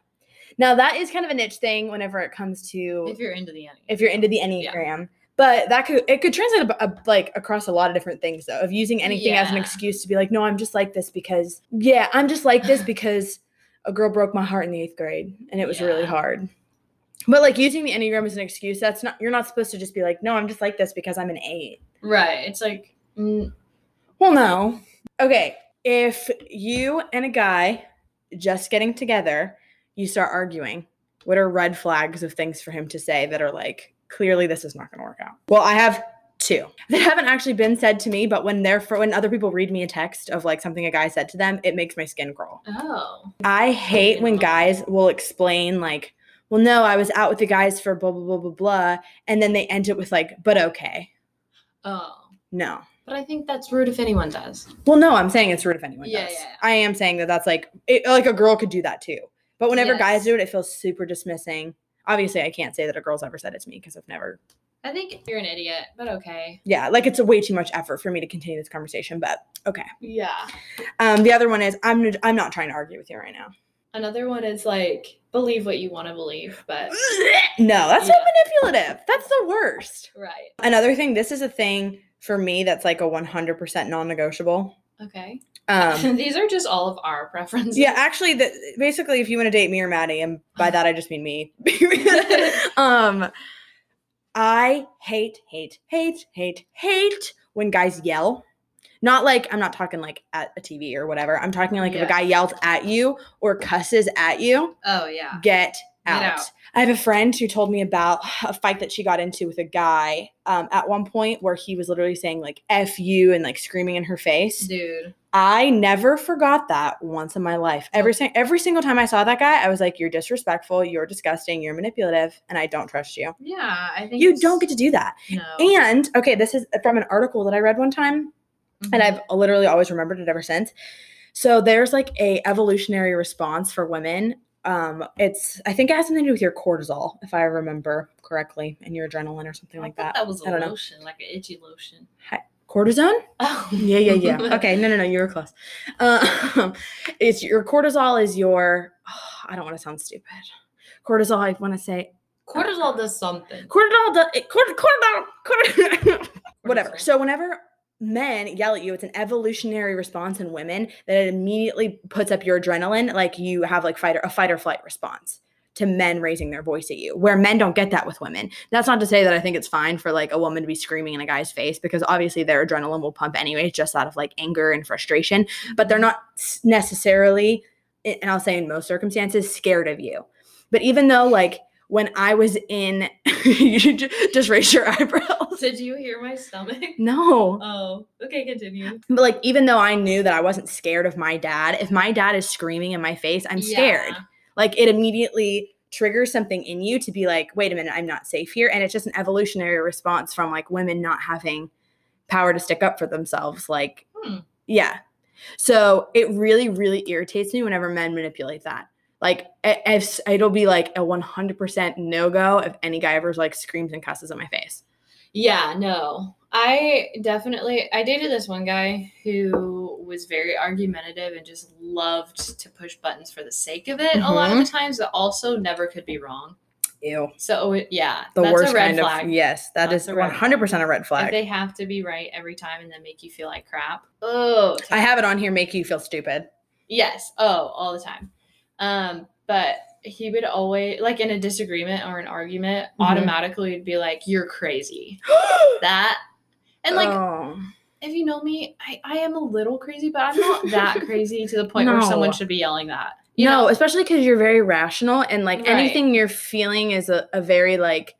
Now, that is kind of a niche thing whenever it comes to If you're into the enemy. if you're into the Enneagram. But that could it could translate ab- ab- like across a lot of different things though. Of using anything as an Yeah. excuse to be like, no, I'm just like this because yeah, I'm just like this because a girl broke my heart in the eighth grade and it was really Yeah. hard. But like using the enneagram as an excuse, that's not you're not supposed to just be like, no, I'm just like this because I'm an eight. right. It's like. mm, Well, no. Okay, if you and a guy just getting together, you start arguing. What are red flags of things for him to say that are like clearly this is not going to work out? Well, I have two that haven't actually been said to me, but when they're for, when other people read me a text of like something a guy said to them, it makes my skin crawl. Oh. I hate when guys will explain like, well, no, I was out with the guys for blah blah blah blah blah, and then they end it with like, but okay, Oh. no. But I think that's rude if anyone does. Well, no, I'm saying it's rude if anyone Yeah, does. yeah, yeah. I am saying that that's like it, like a girl could do that too. But whenever guys Yes. do it, it feels super dismissing. Obviously, I can't say that a girl's ever said it to me because I've never. I think you're an idiot, but okay. Yeah, like it's a way too much effort for me to continue this conversation. But Yeah. um, the other one is I'm n- I'm not trying to argue with you right now. Another one is like believe what you want to believe, but No, that's so Yeah. manipulative. That's the worst. right. Another thing. This is a thing for me that's like a 100% non-negotiable. Okay. Um, These are just all of our preferences. yeah, actually, that basically, if you want to date me or Maddie, and by that I just mean me. um i hate hate hate hate hate when guys yell not like i'm not talking like at a tv or whatever i'm talking like if a Yeah. guy yells at you or cusses at you Oh yeah. get Get out. out. I have a friend who told me about a fight that she got into with a guy um, at one point where he was literally saying like "f you" and like screaming in her face. Dude. I never forgot that once in my life. Every sing- every single time I saw that guy, I was like, "You're disrespectful. You're disgusting. You're manipulative, and I don't trust you." Yeah, I think You don't get to do that. to no. And okay, this is from an article that I read one time, Mhm. and I've literally always remembered it ever since. So there's like a evolutionary response for women. Um, it's I think it has something to do with your cortisol, if I remember correctly, and your adrenaline or something like I thought that. that was a I don't know. lotion, like an itchy lotion. Cortisone? Oh. Yeah, yeah, yeah. Okay, no, no, no. You were close. Uh, it's your cortisol is your. I don't want to sound stupid. Cortisol. I want to say Cortisol does something. cortisol. The cortisol. cortisol whatever. So whenever men yell at you it's an evolutionary response in women that it immediately puts up your adrenaline like you have like fight or a fight or flight response to men raising their voice at you where men don't get that with women that's not to say that i think it's fine for like a woman to be screaming in a guy's face because obviously their adrenaline will pump anyway just out of like anger and frustration but they're not s- necessarily i- and i'll say in most circumstances scared of you but even though like when i was in you should ju- just raise your eyebrows Did you hear my stomach? no Oh, okay, continue. but like even though I knew that I wasn't scared of my dad, if my dad is screaming in my face, I'm scared. Yeah. Like it immediately triggers something in you to be like, wait a minute, I'm not safe here. And it's just an evolutionary response from like women not having power to stick up for themselves. Like, Hmm. yeah. So it really, really irritates me whenever men manipulate that. Like, i- if s- it'll be like a 100% no go if any guy ever like screams and cusses in my face. Yeah, no. I definitely I dated this one guy who was very argumentative and just loved to push buttons for the sake of it a lot of the Mm-hmm. times that also never could be wrong. Ew. So oh, it- yeah, The that's worst a red kind flag. of yes, that That's is a red 100% a red If flag. they have to be right every time and then make you feel like crap. Oh, I have it on here make you feel stupid. Yes. Oh, all the time. Um, but he would always like in a disagreement or an argument, Mhm. automatically would be like, "You're crazy." That and like Oh. if you know me, I I am a little crazy, but I'm not that crazy to the point where someone No. should be yelling that. You no, know? especially because you're very rational and like Right. anything you're feeling is a, a very like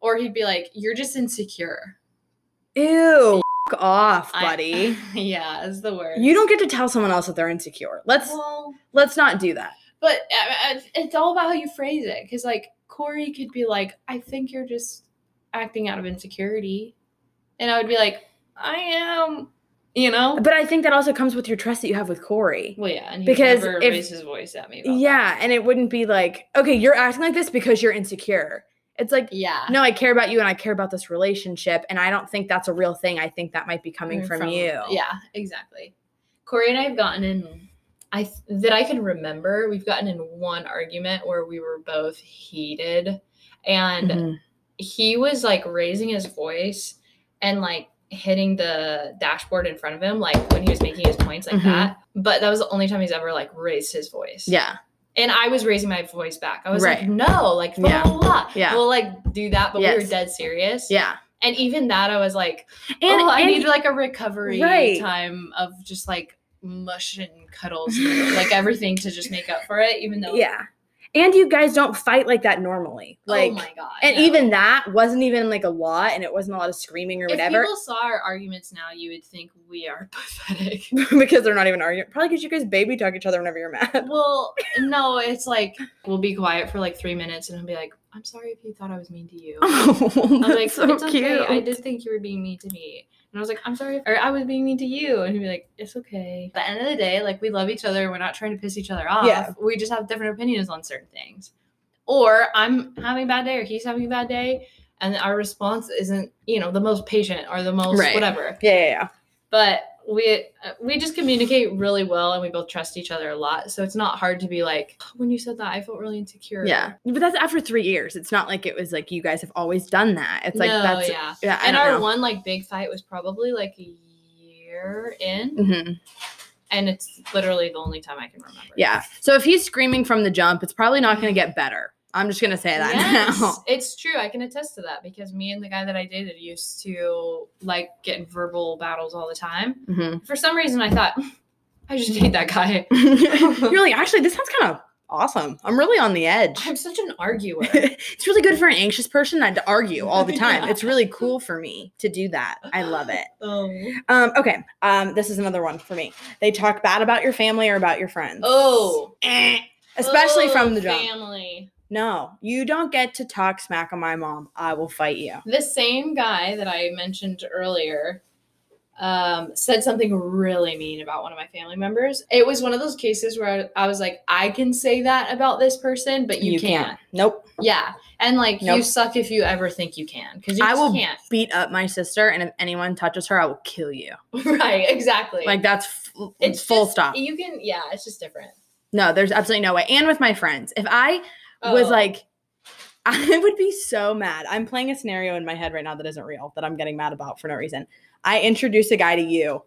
Or he'd be like, "You're just insecure, ew f- off, I- buddy. yeah, is the word. you don't get to tell someone else that they're insecure. Let's Well, let's not do that. but uh, uh, it's all about how you phrase it, because like Corey could be like, "I think you're just acting out of insecurity," and I would be like, "I am," you know. But I think that also comes with your trust that you have with Corey. Well, yeah, and he Because never if- raised his voice at me. About Yeah, and it wouldn't be like, okay, you're acting like this because you're insecure. It's like that. yeah, no, I care about you and I care about this relationship, and I don't think that's a real thing. I think that might be coming Mm, from, you. Yeah, exactly. Corey and I have gotten in. I th- that I can remember, we've gotten in one argument where we were both heated, and Mhm. he was like raising his voice and like hitting the dashboard in front of him, like when he was making his points like Mhm. that. But that was the only time he's ever like raised his voice. Yeah. and I was raising my voice back. I was like, Right. no, like blah Yeah. blah blah. Yeah. We'll like do that, but we were Yes. dead serious. Yeah. And even that, I was like, And, oh, I and need like a recovery Right. time of just like mush and cuddles, and, like everything to just make up for it. Even though, Yeah. And you guys don't fight like that normally. Like oh my god, and no. even that wasn't even like a lot and it wasn't a lot of screaming or if whatever people saw our arguments now, you would think we are pathetic. because they're not even arguing. Probably because you guys baby talk each other whenever you're mad. well, no, it's like we'll be quiet for like three minutes, and I'll be like, I'm sorry if you thought I was mean to you. Oh, I was like, that's so it's okay. cute. I did think you were being mean to me. And I was like, I'm sorry, if, or I was being mean to you. And he'd be like, it's okay. At the end of the day, like, we love each other. We're not trying to piss each other off. Yeah. We just have different opinions on certain things. Or I'm having a bad day, or he's having a bad day. And our response isn't, you know, the most patient or the most Right. whatever. yeah, yeah, yeah. But we uh, we just communicate really well, and we both trust each other a lot. So it's not hard to be like, "Oh, when you said that, I felt really insecure. Yeah. But that's after three years. It's not like it was like you guys have always done that. It's like No, that's yeah. yeah, I and don't our know. one like big fight was probably like a year in Mhm. and it's literally the only time i can remember Yeah. So if he's screaming from the jump, it's probably not gonna get better. I'm just gonna say that yes, now. it's true i can attest to that because me and the guy that i dated used to like get in verbal battles all the time Mhm. for some reason i thought i just hate that guy Mm-hmm. You're like, actually, this sounds kind of awesome. I'm really on the edge. i'm such an arguer it's really good for an anxious person not to argue all the time. Yeah. It's really cool for me to do that. I love it. oh, Um, okay. Um, this is another one for me. They talk bad about your family or about your friends. oh. especially from the jump. family No, you don't get to talk smack on my mom. I will fight you. the same guy that I mentioned earlier um, said something really mean about one of my family members. It was one of those cases where I, I was like, I can say that about this person, but you, can't. Nope. Yeah, and like you Nope. suck if you ever think you can, because you I just will- can't. Beat up my sister, and if anyone touches her, I will kill you. right? Exactly. Like that's f- it's full just- e- stop. You can. Yeah, it's just different. No, there's absolutely no way. And with my friends, if I was Oh, like, I would be so mad. I'm playing a scenario in my head right now that isn't real that I'm getting mad about for no reason. I introduce a guy to you,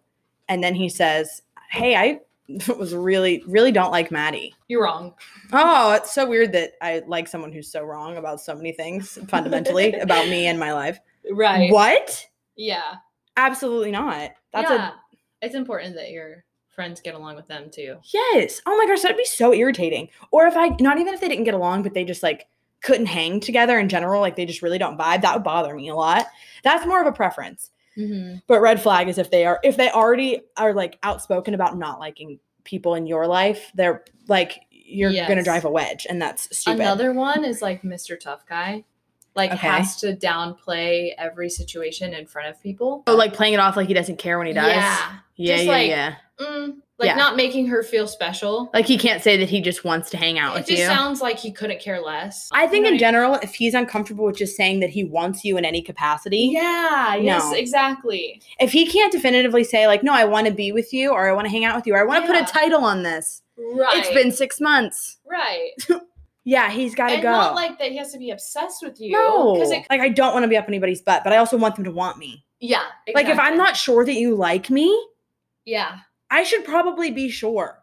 and then he says, "Hey, I was really, really don't like Maddie." You're wrong. Oh, it's so weird that I like someone who's so wrong about so many things fundamentally about me and my life. Right. What? Yeah. Absolutely not. That's a yeah. It's important that your friends get along with them too. Yes. Oh my gosh, that'd be so irritating. Or if I not even if they didn't get along, but they just like couldn't hang together in general, like they just really don't vibe, that would bother me a lot. That's more of a preference. Mm-hmm. But red flag is if they are if they already are like outspoken about not liking people in your life, they're like you're gonna Yes. drive a wedge and that's stupid. Another one is like Mr. Tough Guy, like Okay. has to downplay every situation in front of people. oh, like playing it off like he doesn't care when he does. Yeah. Yeah, Just yeah, like- yeah. Mm, like Yeah. not making her feel special. Like he can't say that he just wants to hang out it with just you. sounds like he couldn't care less. I think You know in what general, if he's uncomfortable with just saying that he wants you in any capacity, Yeah. Yes. No. Exactly. if he can't definitively say like no i want to be with you or i want to hang out with you or i want to Yeah. put a title on this Right. it's been six months right. yeah he's got to and go not like that he has to be obsessed with you. no 'cause It, like i don't want to be up anybody's butt but i also want them to want me yeah. like if i'm exactly. not sure that you like me Yeah. i should probably be sure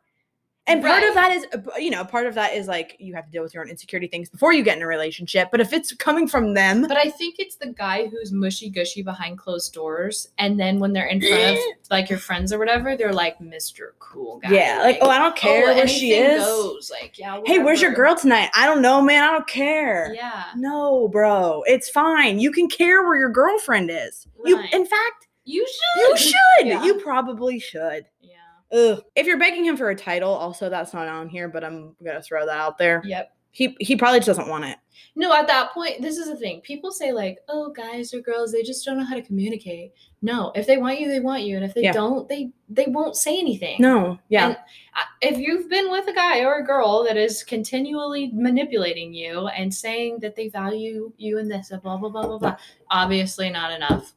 and part of that is you know part of that is like you have to deal with your own insecurity things before you get in a relationship but if it's coming from them But I think it's the guy who's mushy gushy behind closed doors, and then when they're in front of like your friends or whatever, they're like Mr. Cool Guy. yeah like oh i don't care where she anything is Goes. Like yeah. hey where's your whatever. girl tonight i don't know man i don't care Yeah. No, bro, it's fine. You can care where your girlfriend is. You, Right. in fact, You should. you should. Yeah. You probably should. Yeah. Ugh. If you're begging him for a title, also that's not on here, but I'm gonna throw that out there. Yep. He he probably just doesn't want it. No, at that point, this is the thing. People say like, "Oh, guys or girls, they just don't know how to communicate." No, if they want you, they want you, and if they Yeah. don't, they they won't say anything. No, yeah, And I- if you've been with a guy or a girl that is continually manipulating you and saying that they value you and this and blah blah blah blah blah, obviously not enough.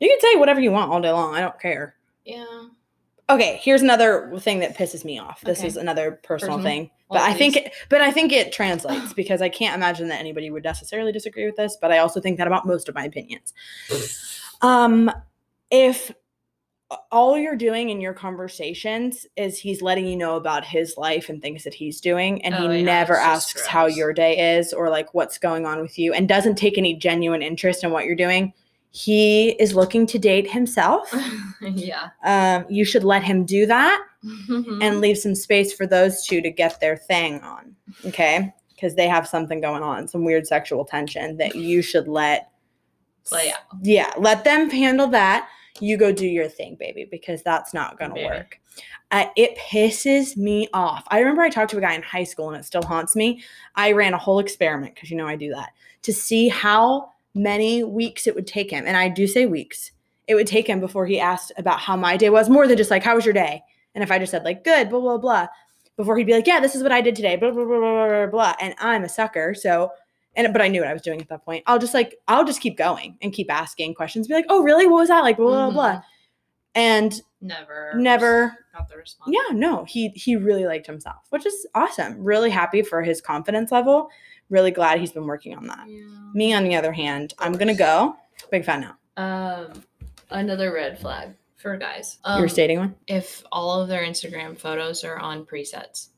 you can say whatever you want all day long. I don't care. Yeah. Okay, here's another thing that pisses me off. This Okay. is another personal, Personal? thing, Well, but I think, please. it, but I think it translates because I can't imagine that anybody would necessarily disagree with this. But I also think that about most of my opinions. Um, if all you're doing in your conversations is he's letting you know about his life and things that he's doing, and Oh, he yeah, never it's just asks how gross. your day is or like what's going on with you, and doesn't take any genuine interest in what you're doing. He is looking to date himself yeah. um, you should let him do that and leave some space for those two to get their thing on. Okay. Because they have something going on, some weird sexual tension that you should let play out. Yeah. Let them handle that. You go do your thing, baby, because that's not going to Baby. work. Uh, it pisses me off. I remember I talked to a guy in high school and it still haunts me. I ran a whole experiment because you know I do that to see how many weeks it would take him. And I do say weeks. It would take him before he asked about how my day was, more than just like, how was your day? And if I just said, like, good, blah, blah, blah, before he'd be like, yeah, this is what I did today, blah, blah, blah, blah, blah, blah, blah. And I'm a sucker. So, and, but I knew what I was doing at that point. I'll just like, I'll just keep going and keep asking questions, be like, oh, really? What was that? Like, blah, blah, Mm-hmm. blah, blah. And Never. never Got the response. yeah no he he really liked himself which is awesome really happy for his confidence level really glad he's been working on that Yeah. me on the other hand i'm gonna go big fan now Um, another red flag for guys. Um, you were stating one if all of their Instagram photos are on presets.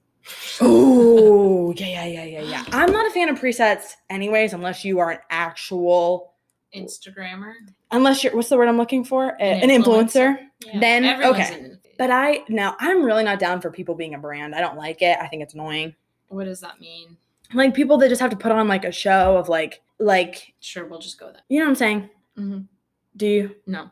oh yeah yeah yeah yeah yeah i'm not a fan of presets anyways unless you are an actual Instagrammer. unless you're what's the word i'm looking for A- An an, influencer. influencer, Yeah, Then, everyone's okay. in- but i no i'm really not down for people being a brand i don't like it i think it's annoying what does that mean? like people that just have to put on like a show of like like Sure, we'll just go with that. you know what i'm saying Mhm. do you No.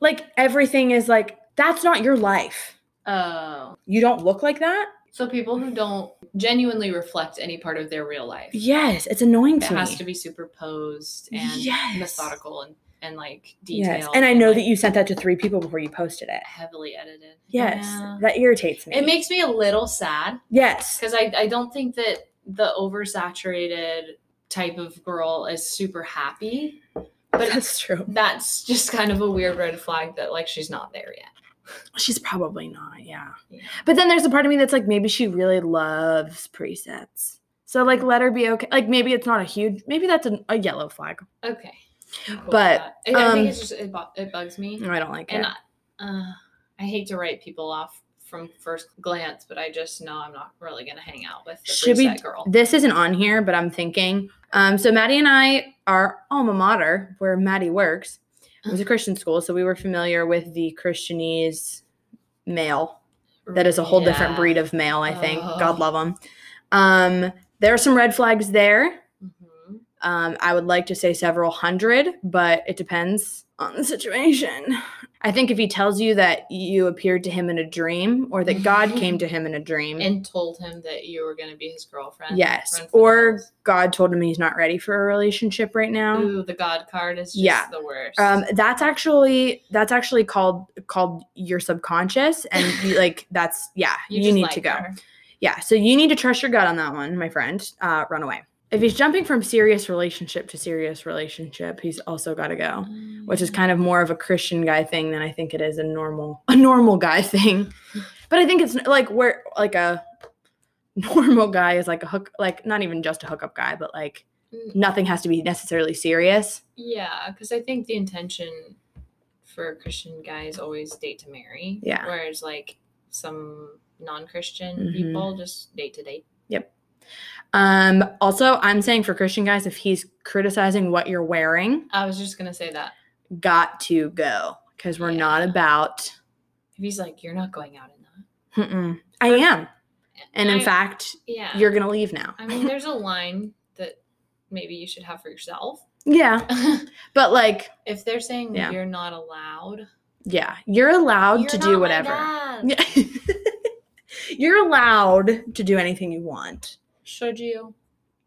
like everything is like that's not your life Oh. you don't look like that So people who don't genuinely reflect any part of their real life. yes it's annoying It to has me to be superposed and Yes. methodical and, and like detailed. yes and i know like, that you sent that to three people before you posted it heavily edited. yes Yeah. that irritates me It makes me a little sad yes because I, I don't think that the oversaturated type of girl is super happy. But that's true that's just kind of a weird red flag that like she's not there yet. she's probably not yeah Yeah. but then there's a part of me that's like maybe she really loves presets so like let her be okay like maybe it's not a huge maybe that's an, a yellow flag Okay. I'm cool with But, that. I, I um, think it's just it, bu- it bugs me, No, I don't like it. and I, uh, I hate to write people off from first glance, but I just know I'm not really gonna hang out with the Should Should we- preset girl. this isn't on here, but I'm thinking. Um, so Maddie and I, our alma mater, where Maddie works, was a Christian school, so we were familiar with the Christianese male. That is a whole different Yeah. breed of male, I think. God Ugh. love them. Um, there are some red flags there. Mhm. Um, I would like to say several hundred, but it depends on the situation. I think if he tells you that you appeared to him in a dream or that God came to him in a dream, And told him that you were gonna be his girlfriend. Yes, run for the or- hills. God told him he's not ready for a relationship right now. Ooh, the God card is just Yeah. the worst. Um, that's actually that's actually called called your subconscious, and you, like that's yeah, you, just need like to go. her. Yeah, so you need to trust your gut on that one, my friend. Uh, run away. If he's jumping from serious relationship to serious relationship, he's also got to go, Oh, Um, which is kind of more of a Christian guy thing than I think it is a normal a normal guy thing. But I think it's like where like a normal guy is like a hook like not even just a hookup guy, but like Mm. nothing has to be necessarily serious. Yeah, because I think the intention for a Christian guy is always date to marry. Yeah. Whereas like some non-Christian Mhm. people just date to date. Um, also, I'm saying for Christian guys, if he's criticizing what you're wearing, I was just gonna say that got to go because we're not Yeah. about. if he's like, "You're not going out in that," Mm-mm. I am, and in I- fact, yeah, you're gonna leave now. I mean, there's a line that maybe you should have for yourself. yeah, but like, if they're saying Yeah. you're not allowed, yeah, you're allowed You're to not do my whatever. dad. Yeah. you're allowed to do anything you want. should you?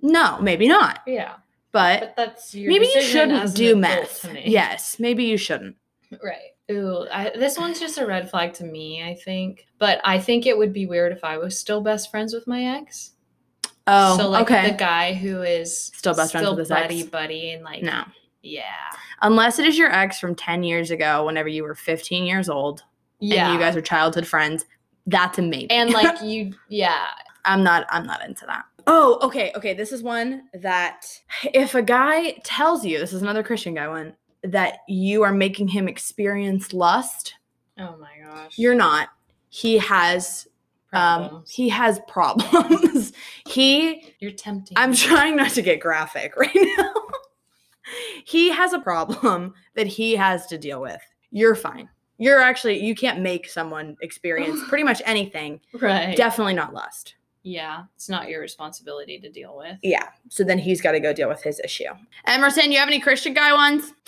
No, maybe not, Yeah, but. but that's your Maybe you decision shouldn't as an do adult meth. to me. Yes, maybe you shouldn't. Right. Ooh, I, this one's just a red flag to me, I think. But I think it would be weird if I was still best friends with my ex. Oh, so like okay. the guy who is Still best friends with his ex? buddy, buddy, and like no. yeah, unless it is your ex from 10 years ago whenever you were 15 years old and you guys are childhood friends that's a maybe and like you, yeah, i'm not i'm not into that oh okay okay this is one that if a guy tells you this is another christian guy one that you are making him experience lust oh my gosh, you're not he has um Problems. he has problems he you're tempting. I'm me. trying not to get graphic right now. he has a problem that he has to deal with. You're fine. You're actually you can't make someone experience pretty much anything. right. Definitely not lust. yeah, it's not your responsibility to deal with. Yeah. So then he's got to go deal with his issue. Emerson, you have any Christian guy ones?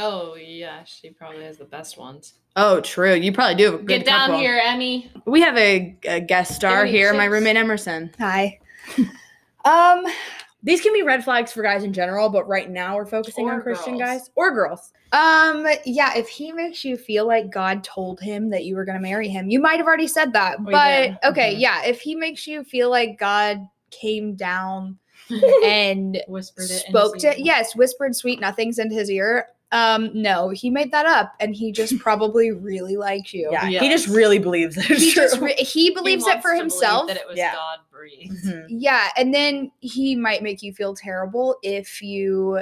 Oh yeah, she probably has the best ones. oh, true. You probably do have a good Get down couple. here, Emmy. We have a, a guest star Ew, here, my chips. roommate Emerson. Hi. um, These can be red flags for guys in general, but right now we're focusing Or on Christian girls. guys or girls. um, yeah, if he makes you feel like God told him that you were going to marry him, you might have already said that. We but did. okay, Mhm. yeah, if he makes you feel like God came down and Whispered it. in spoke his to ear. yes, whispered sweet nothings into his ear, um, no, he made that up and he just probably really likes you. Yeah, he Yes. just really believes that it's He true. just re- he He believes it wants for to believe himself. That it was Yeah. God breathed. Mhm. Yeah, and then he might make you feel terrible if you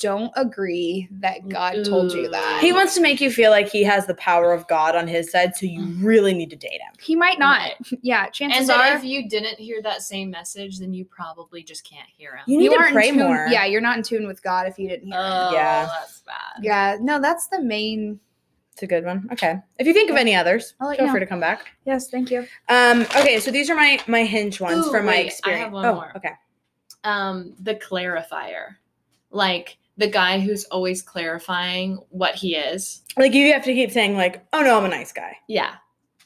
don't agree that God told you that. He wants to make you feel like he has the power of God on his side, so you really need to date him. He might not. Mm. Yeah, chances And that are if you didn't hear that same message, then you probably just can't hear him. You need to aren't in pray tune- more. Uh, Yeah, you're not in tune with God if you didn't hear. Oh, Yeah. that's bad. yeah, no, that's the main. It's a good one. Okay. If you think of any others, I'll let feel you know. free to come back. Yes, thank you. Um, okay, so these are my my hinge ones Ooh, from my wait, I have experience. one oh, more. okay. Um, the clarifier, like the guy who's always clarifying what he is. Like you have to keep saying like, "Oh no, I'm a nice guy." Yeah,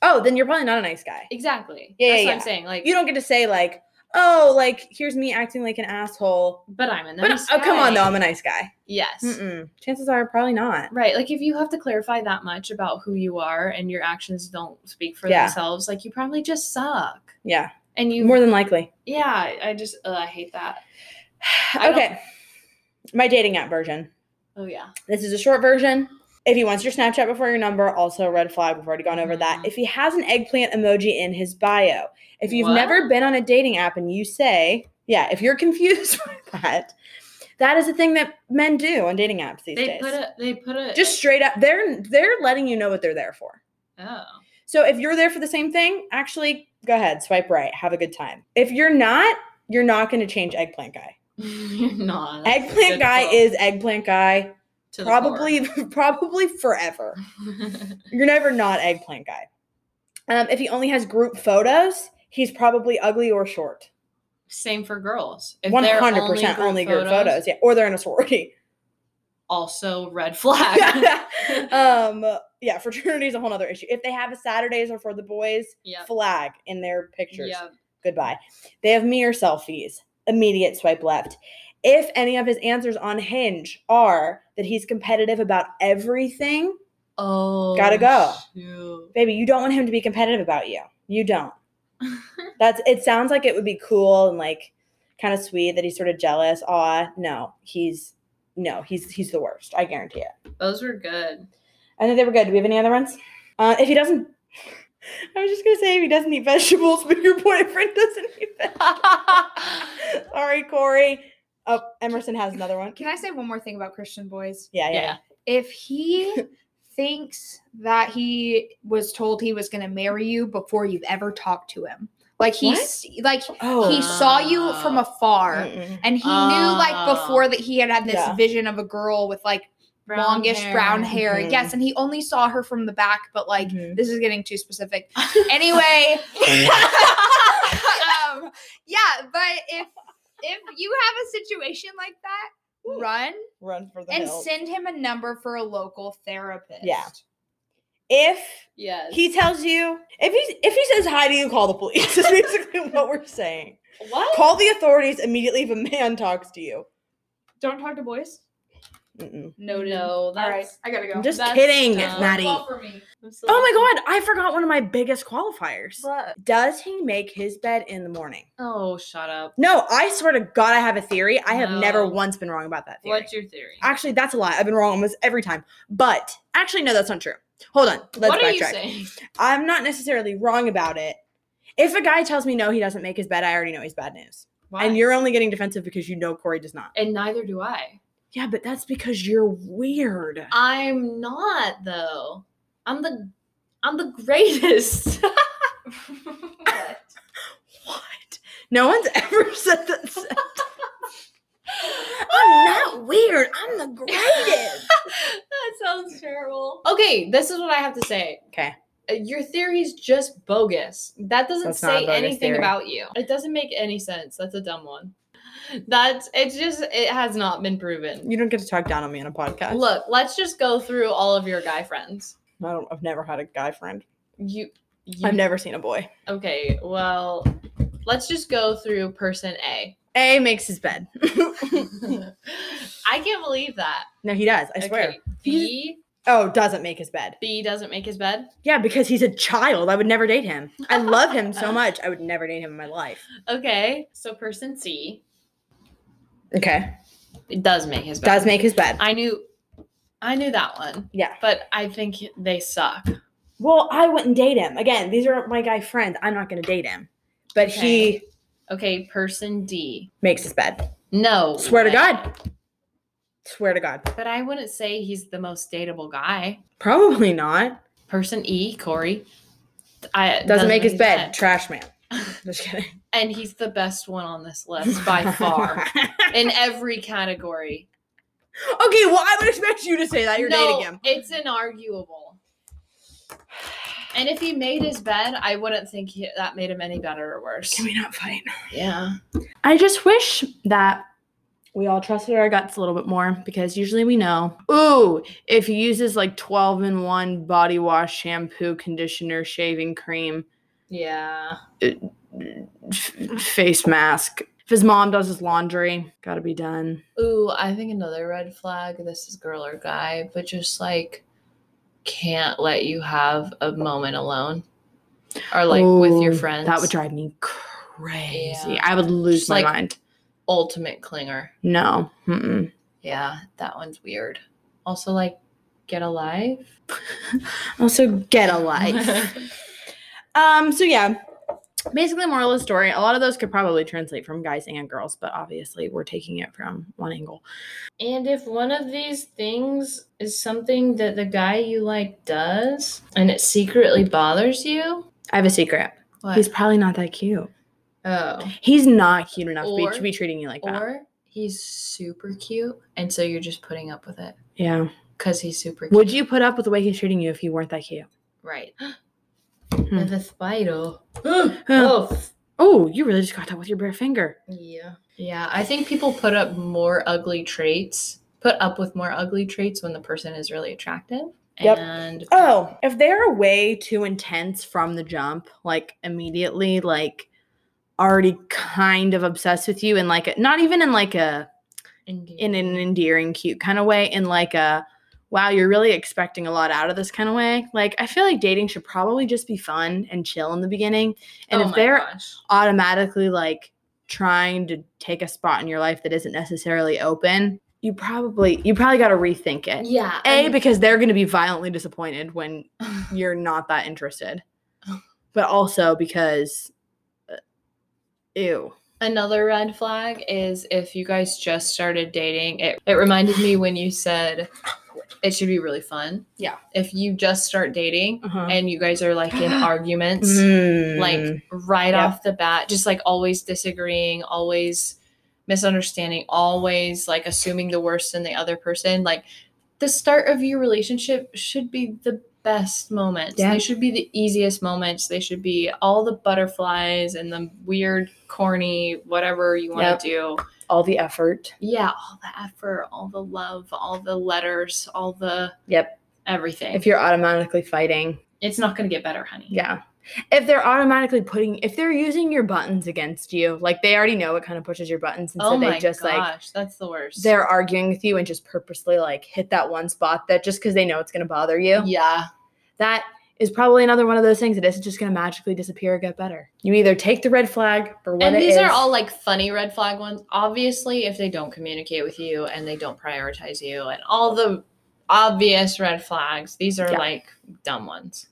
Oh, then you're probably not a nice guy. exactly. Yeah, that's yeah, what yeah. I'm saying. Like You don't get to say like, "Oh, like here's me acting like an asshole." But I'm a But nice. oh, come on though, guy. I'm a nice guy. Yes. Mm-mm. Chances are probably not. Right. Like if you have to clarify that much about who you are and your actions don't speak for Yeah. themselves, like you probably just suck. Yeah, And you more than likely. Yeah, I just uh, I hate that. I don't- Okay. My dating app version. Oh yeah. This is a short version. If he wants your Snapchat before your number, also a red flag. We've already gone over that. Mhm. If he has an eggplant emoji in his bio, if you've never What? been on a dating app and you say, yeah, if you're confused with that, That is a thing that men do on dating apps these They days. put a. They put a. Just straight up, they're they're letting you know what they're there for. Oh. So if you're there for the same thing, actually go ahead, swipe right, have a good time. If you're not, you're not going to change eggplant guy. You're not. That's Eggplant guy difficult is eggplant guy to the core. probably probably forever. You're never not eggplant guy. Um, if he only has group photos, he's probably ugly or short. Same for girls. If One they're hundred percent only group photos, yeah, or they're in a sorority. Also, red flag. um, yeah, fraternity is a whole other issue. If they have a Saturdays or for the boys yep. flag in their pictures, Yep. goodbye. They have mirror selfies, immediate swipe left. If any of his answers on Hinge are that he's competitive about everything, Oh. Gotta go. shoot. baby, you don't want him to be competitive about you. You don't. That's it sounds like it would be cool and like kind of sweet that he's sort of jealous. Aw, no, he's no, he's he's the worst. I guarantee it. Those were good. I think they were good. Do we have any other ones? Uh, if he doesn't I was just gonna say if he doesn't eat vegetables, but your boyfriend doesn't eat vegetables. Sorry, Corey. Oh, Emerson has another one. Can I say one more thing about Christian boys? Yeah, yeah. Yeah. If he thinks that he was told he was going to marry you before you've ever talked to him, like he's like yeah. Oh, he saw you from afar. mm-mm. And he knew like Oh. before that he had had this Yeah. vision of a girl with like longish Ah. brown hair. Mhm. Yes, and he only saw her from the back, but like Mhm. this is getting too specific. Anyway, um, yeah, but if if you have a situation like that, run run for the and hills. send him a number for a local therapist. Yeah. if Yes. He tells you if he's if he says hi to you, call the police. Is basically what we're saying. what? Call the authorities immediately if a man talks to you. Don't talk to boys. Mm-mm. No, no. That's, All right, I gotta go. I'm just kidding, Maddie. Well, for me. I'm so- Oh my god, I forgot one of my biggest qualifiers. What? Does he make his bed in the morning? Oh, shut up. No, I swear to God, I have a theory. I have never No. once been wrong about that theory. What's your theory? Actually, that's a lie. I've been wrong almost every time. But actually, no, that's not true. Hold on. Let's what are backtrack. you saying? I'm not necessarily wrong about it. If a guy tells me no, he doesn't make his bed, I already know he's bad news. Why? And you're only getting defensive because you know Corey does not. And neither do I. Yeah, but that's because you're weird. I'm not though. I'm the I'm the greatest. What? No one's ever said that. sentence. I'm not weird. I'm the greatest. that sounds terrible. Okay, this is what I have to say. Okay. Uh, Your theory's just bogus. That doesn't That's not a say bogus anything theory. about you. It doesn't make any sense. That's a dumb one. That's it's just it has not been proven. You don't get to talk down on me on a podcast. Look, let's just go through all of your guy friends. I don't, I've never had a guy friend. You, you I've never seen a boy. Okay, well, let's just go through person A. A makes his bed. I can't believe that. no, he does. I swear. Okay, B Oh, doesn't make his bed. B doesn't make his bed. Yeah, because he's a child. I would never date him. I love him so much. I would never date him in my life. Okay, so person C Okay. it does make his bed. Does make his bed. I knew, I knew that one, Yeah. but I think they suck. Well, I wouldn't date him. Again, these are my guy friends. I'm not going to date him. But he Okay. Okay, person D. makes his bed. No, Swear to way. God. Swear to God. But I wouldn't say he's the most dateable guy. Probably not. Person E, Corey. I Doesn't, make his bed. Trash man. Just kidding. and he's the best one on this list by far in every category. okay, well, I would expect you to say that. You're No, dating him. It's inarguable. And if he made his bed, I wouldn't think he, that made him any better or worse. we not fight? Yeah. I just wish that we all trusted our guts a little bit more because usually we know. Ooh, if he uses like 12 in 1 body wash, shampoo, conditioner, shaving cream, Yeah. f- face mask. If his mom does his laundry, gotta be done. Ooh, I think another red flag. This is girl or guy, but just like can't let you have a moment alone or like with your Ooh, friends. That would drive me crazy. Yeah. I would lose Just, my like- mind. ultimate clinger. No. Mm-mm. Yeah, that one's weird. Also, like get alive. Also, get a life. um. So yeah, basically, moral of the story. A lot of those could probably translate from guys and girls, but obviously, we're taking it from one angle. And if one of these things is something that the guy you like does and it secretly bothers you, I have a secret. what? He's probably not that cute. oh. He's not cute enough to, Or- be, to be treating you like that. Or he's super cute and so you're just putting up with it Yeah. cuz he's super cute. Would you put up with the way he's treating you if you weren't that cute? Right. Hmm. The spider. oh. Oh, you really just got that with your bare finger. Yeah. Yeah, I think people put up more ugly traits, put up with more ugly traits when the person is really attractive. Yep. And Oh, if they're way too intense from the jump, like immediately, like already kind of obsessed with you, and like a, not even in like a in an endearing, cute kind of way, in like a wow, you're really expecting a lot out of this kind of way. Like I feel like dating should probably just be fun and chill in the beginning, and oh if my they're gosh. automatically like trying to take a spot in your life that isn't necessarily open, you probably you probably got to rethink it. yeah, A and- because they're going to be violently disappointed when you're not that interested. But also because uh, ew. Another red flag is if you guys just started dating. It, it reminded me when you said it should be really fun. Yeah. If you just start dating Uh-huh. and you guys are like in arguments, Mm. like right Yeah. off the bat, just like always disagreeing, always misunderstanding, always like assuming the worst in the other person, like the start of your relationship should be the best moments. Yeah. They should be the easiest moments. They should be all the butterflies and the weird, corny, whatever you want Yep. to do. all the effort. Yeah, all the effort, all the love, all the letters, all the Yep. everything. If you're automatically fighting. it's not going to get better, honey. Yeah. If they're automatically putting if they're using your buttons against you, like they already know what kind of pushes your buttons and Oh so my they just gosh, like that's the worst. they're arguing with you and just purposely like hit that one spot that just because they know it's going to bother you. yeah. That is probably another one of those things that isn't just going to magically disappear or get better. You either take the red flag for what and it these are is- all like funny red flag ones. Obviously, if they don't communicate with you and they don't prioritize you and all the obvious red flags, these are Yeah. like dumb ones,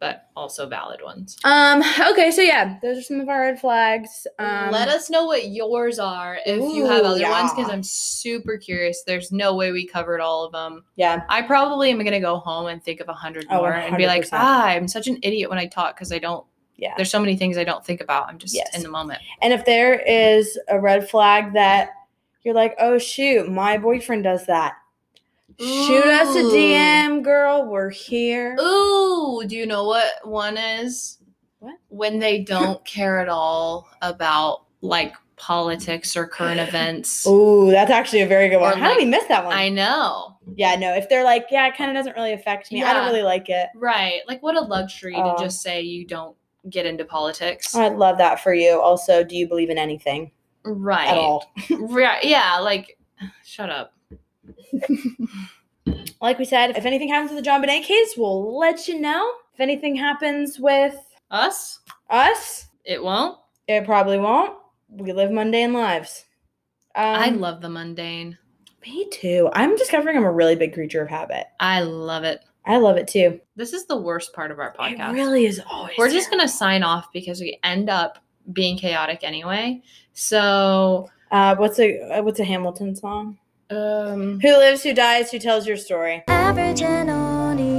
but also valid ones. um okay, so yeah, those are some of our red flags. Um Let us know what yours are if you have Ooh, other ones because yeah. I'm super curious. There's no way we covered all of them. Yeah. I probably am gonna go home and think of a hundred Oh, more and be like, 100%. ah, I'm such an idiot when I talk because I don't. Yeah. There's so many things I don't think about. I'm just Yes. in the moment. And if there is a red flag that you're like, "Oh shoot, my boyfriend does that." Shoot us a Ooh. DM, girl. We're here. Ooh, do you know what one is? What? When they don't care at all about like politics or current events. Ooh, that's actually a very good Or one. How like- did we miss that one? I know. Yeah, no. If they're like, yeah, it kind of doesn't really affect me. I don't Yeah. really like it. Right. Like what a luxury Oh. to just say you don't get into politics. I love that for you. Also, do you believe in anything right. at all? Right. Yeah, like shut up. Like we said, if anything happens with the John Bonet case, we'll let you know. If anything happens with Us? us, It won't. it probably won't. We live mundane lives. Um, I love the mundane. me too. I'm discovering I'm a really big creature of habit. I love it. I love it too. This is the worst part of our podcast. It really is always. We're just going to sign off because we end up being chaotic anyway. So, Uh, what's a uh, what's a Hamilton song? um Who lives, who dies, who tells your story? Average and only.